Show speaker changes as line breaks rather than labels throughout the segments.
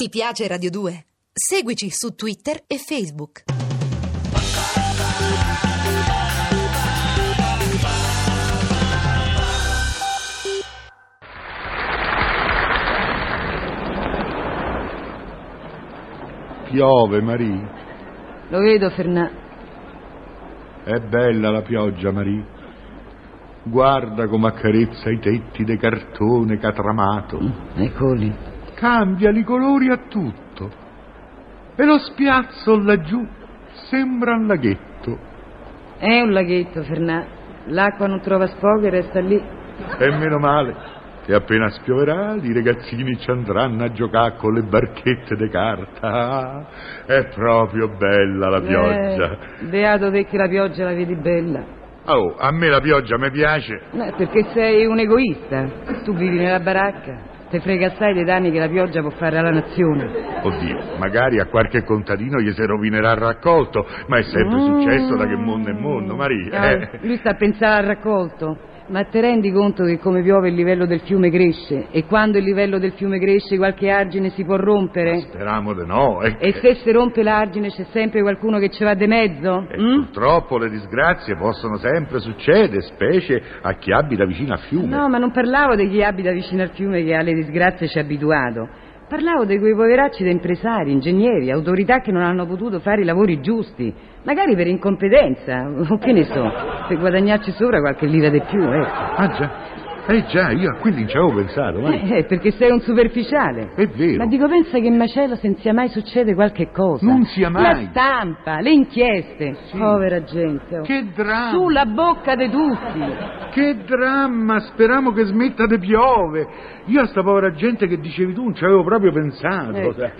Ti piace Radio 2? Seguici su Twitter e Facebook.
Piove, Marie.
Lo vedo, Fernà.
È bella la pioggia, Marie. Guarda come accarezza i tetti di cartone catramato.
Eccoli.
Cambia i colori a tutto. E lo spiazzo laggiù sembra un laghetto.
È un laghetto, Fernà. L'acqua non trova sfogo e resta lì.
E meno male. E appena spioverà, i ragazzini ci andranno a giocare con le barchette di carta. Ah, È proprio bella la pioggia.
Eh, beato te che la pioggia la vedi bella.
Oh, a me la pioggia mi piace.
No, è perché sei un egoista. Tu vivi nella baracca. Te frega assai dei danni che la pioggia può fare alla nazione.
Oddio, magari a qualche contadino gli si rovinerà il raccolto, ma è sempre
Mm.
successo da che mondo è mondo, Maria.
Ah,
Eh,
Lui sta a pensare al raccolto. Ma te rendi conto che come piove il livello del fiume cresce e quando il livello del fiume cresce qualche argine si può rompere?
speriamo eh. di no. eh.
E se si rompe l'argine c'è sempre qualcuno che ci va di mezzo?
E
mm?
purtroppo le disgrazie possono sempre succedere, specie a chi abita vicino a fiume.
No, ma non parlavo di chi abita vicino al fiume che alle disgrazie ci è abituato. Parlavo di quei poveracci da impresari, ingegneri, autorità che non hanno potuto fare i lavori giusti, magari per incompetenza, o che ne so, per guadagnarci sopra qualche lira di più, ecco.
Ah già, eh già, io a quelli non ci avevo pensato, ma
Eh, eh, perché sei un superficiale.
è vero.
Ma dico, pensa che in macello senza mai succede qualche cosa.
Non sia mai.
La stampa, le inchieste. Povera gente. oh.
Che dramma!
Sulla bocca di tutti.
Che dramma! Speriamo che smetta di piove! Io a sta povera gente che dicevi tu non ci avevo proprio pensato.
Eh.
sai.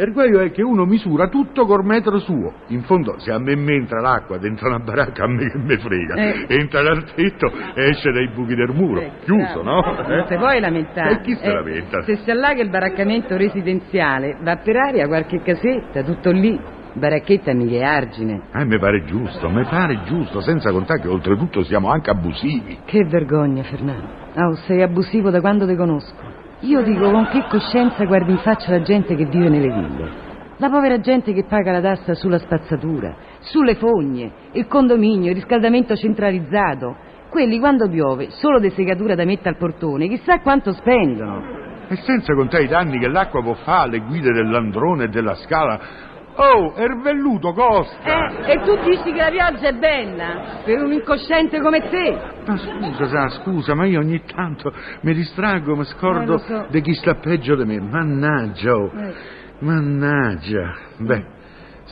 E il guaio è che uno misura tutto col metro suo. In fondo, se a me mi entra l'acqua dentro una baracca, a me che me frega.
Eh.
Entra dal tetto e esce dai buchi del muro.
Eh,
Chiuso,
bravo.
no? Eh?
Non ti puoi lamentare.
E chi si
Eh,
lamenta?
Se si allaga il baraccamento residenziale, va per aria qualche casetta, tutto lì. Baracchetta mica è argine.
Ah, mi pare giusto, mi pare giusto, senza contare che oltretutto siamo anche abusivi.
Che vergogna, Fernando. Oh, sei abusivo da quando ti conosco. Io dico con che coscienza guardi in faccia la gente che vive nelle ville. La povera gente che paga la tassa sulla spazzatura, sulle fogne, il condominio, il riscaldamento centralizzato. Quelli quando piove, solo di segatura da mettere al portone, chissà quanto spendono.
E senza contare i danni che l'acqua può fare alle guide dell'androne e della scala. Oh, è il velluto costa!
Eh, e tu dici che la pioggia è bella per un incosciente come te.
Ma scusa, sa, scusa, ma io ogni tanto mi distraggo, mi scordo
Eh, lo so.
di chi sta peggio di me. Mannaggia, oh.
Eh.
mannaggia. Beh,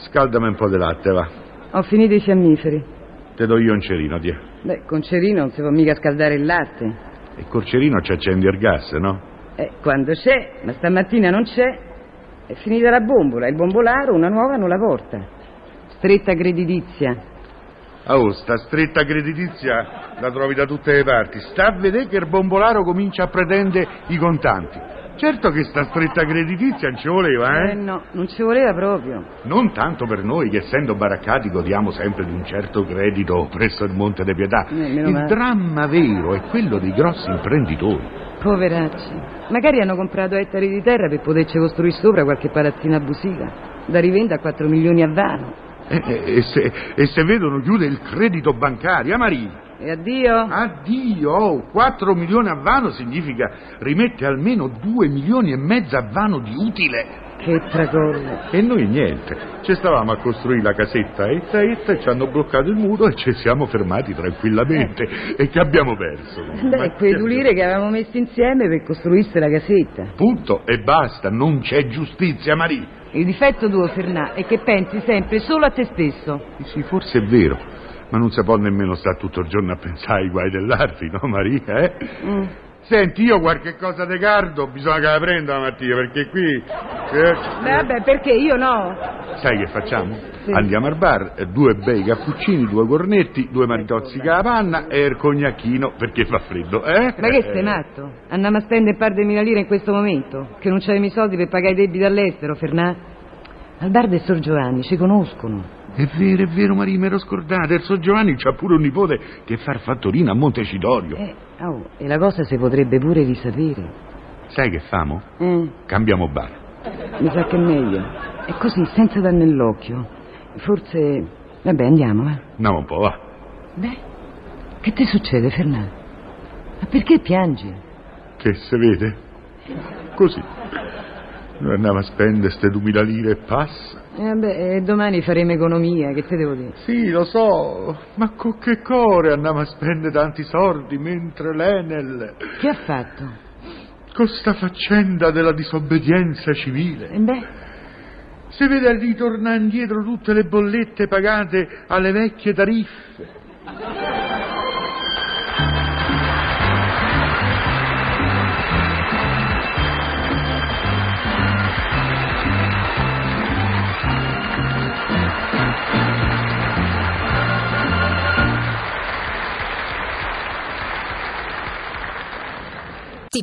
scaldami un po' di latte, va.
Ho finito i fiammiferi.
Te do io un cerino, dia.
Beh, con Cerino non si può mica scaldare il latte.
E col cerino ci accendi il gas, no?
Eh, quando c'è, ma stamattina non c'è. È finita la bombola, il bombolaro una nuova non la porta. Stretta creditizia.
Oh, sta stretta creditizia la trovi da tutte le parti. Sta a vedere che il bombolaro comincia a pretendere i contanti. Certo che sta stretta creditizia non ci voleva, eh?
no, non ci voleva proprio.
Non tanto per noi che essendo baraccati godiamo sempre di un certo credito presso il Monte de Pietà.
Eh, meno
il
male.
dramma vero è quello dei grossi imprenditori.
Poveracci. Magari hanno comprato ettari di terra per poterci costruire sopra qualche palazzina abusiva. Da rivenda a 4 milioni a vano.
E, e- e se, e se vedono chiude il credito bancario, a Maria,
E addio.
Ah. addio, oh, 4 milioni a vano significa rimette almeno 2 milioni e mezzo a vano di utile.
Che tracollo.
E noi niente, ci stavamo a costruire la casetta etta etta e ci hanno bloccato il muro e ci siamo fermati tranquillamente. E che abbiamo perso? Ma
Eh.
certo.
Beh, quei
che-
dulire che avevamo messo insieme per costruirsi la casetta.
Punto e basta, non c'è giustizia, Marie.
Il difetto tuo, Fernà, è che pensi sempre solo a te stesso.
Sì, forse è vero, ma non si può nemmeno stare tutto il giorno a pensare ai guai dell'arti, no, Maria? Eh?
Mm.
Senti, io qualche cosa de cardo bisogna che la prenda la mattina, perché qui... eh,
Vabbè, perché io no.
Sai che facciamo?
Sì.
Andiamo al bar, eh, due bei cappuccini, due cornetti, due maritozzi che la panna e il cognacchino perché fa freddo, eh?
Ma che sei matto? Andiamo a spendere un par di mila lire in questo momento, che non c'avevi i soldi per pagare i debiti all'estero, Fernà. Al bar del Sor Giovanni ci conoscono.
Eh, È vero, è vero, Maria, me l'ho scordata. Il Sor Giovanni c'ha pure un nipote che fa il fattorino a Montecitorio.
Eh, oh, e la cosa si potrebbe pure risapere.
Sai che famo?
Mm.
Cambiamo bar.
Mi sa che è meglio. E così, senza dar nell'occhio. Forse... Vabbè, andiamo, eh.
Andiamo un po', va.
Beh, che ti succede, Fernando? Ma perché piangi?
Che se vede? Così. Noi andiamo a spendere ste 2000 lire e passa.
Eh beh, domani faremo economia, che te devo dire?
Sì, lo so, ma con che core andiamo a spendere tanti soldi mentre l'Enel,
Che ha fatto?
con sta faccenda della disobbedienza civile,
Eh beh,
si vede ritornare indietro tutte le bollette pagate alle vecchie tariffe.
Ti